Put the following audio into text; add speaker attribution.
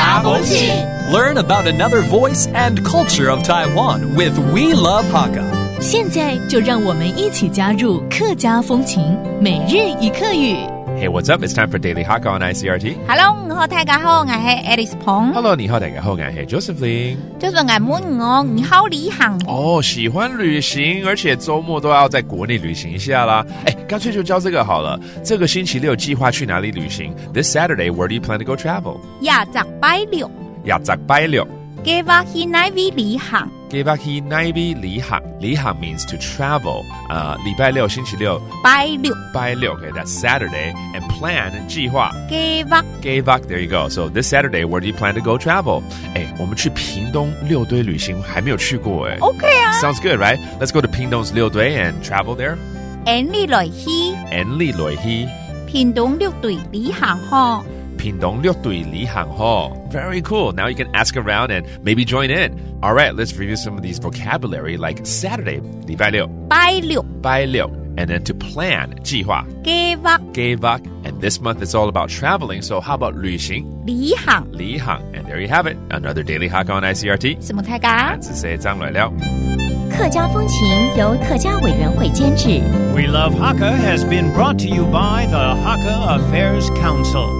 Speaker 1: Baobabongxi.
Speaker 2: Learn about another voice and culture of Taiwan with We Love Hakka.
Speaker 1: 现在就让我们一起加入客家风情每日一课语。
Speaker 3: Hey, what's up? It's time for Daily Hakka on ICRT.
Speaker 4: Hello，我好大家好，我系 Alice 彭，
Speaker 3: Hello, 你好，大家好，我是 Josephine。
Speaker 4: 就是我问我你好李行，
Speaker 3: 哦，喜欢旅行，而且周末都要在国内旅行一下啦。哎，干脆就教这个好了。这个星期六计划去哪里旅行？This Saturday, where do you plan to go travel?
Speaker 4: 廿十拜六，
Speaker 3: 亚扎拜六。
Speaker 4: 计划去哪位李行？
Speaker 3: Give back he naibi li ha. Li ha means to travel. Uh, 礼拜六、星期六、
Speaker 4: 拜六
Speaker 3: 拜六，okay, that's Saturday. And plan 计划
Speaker 4: 计划
Speaker 3: Gave up. There you go. So this Saturday, where do you plan to go travel? 哎，我们去屏东六堆旅行还没有去过哎。
Speaker 4: ，OK 啊
Speaker 3: Sounds good, right? Let's go to Pingdong's Liu Dui and travel there.
Speaker 4: ，N 你来去
Speaker 3: And Li Loi He,
Speaker 4: 屏东六队李行吼，
Speaker 3: Pingdong Liu Dui Li Hang Ho. Very cool. Now you can ask around and maybe join in. All right, let's review some of these vocabulary like Saturday, 礼拜六、
Speaker 4: 拜六
Speaker 3: 拜六, and then to plan, 计划、
Speaker 4: 计划
Speaker 3: gave up. And this month it's all about traveling. So how about 旅行、
Speaker 4: 李行，
Speaker 3: 里行? And there you have it. Another daily hack on ICRT.
Speaker 4: 什么大家？
Speaker 3: That's say 张来了。
Speaker 5: 客家风情由客家委员会监制。
Speaker 6: We Love Hakka has been brought to you by the Hakka Affairs Council.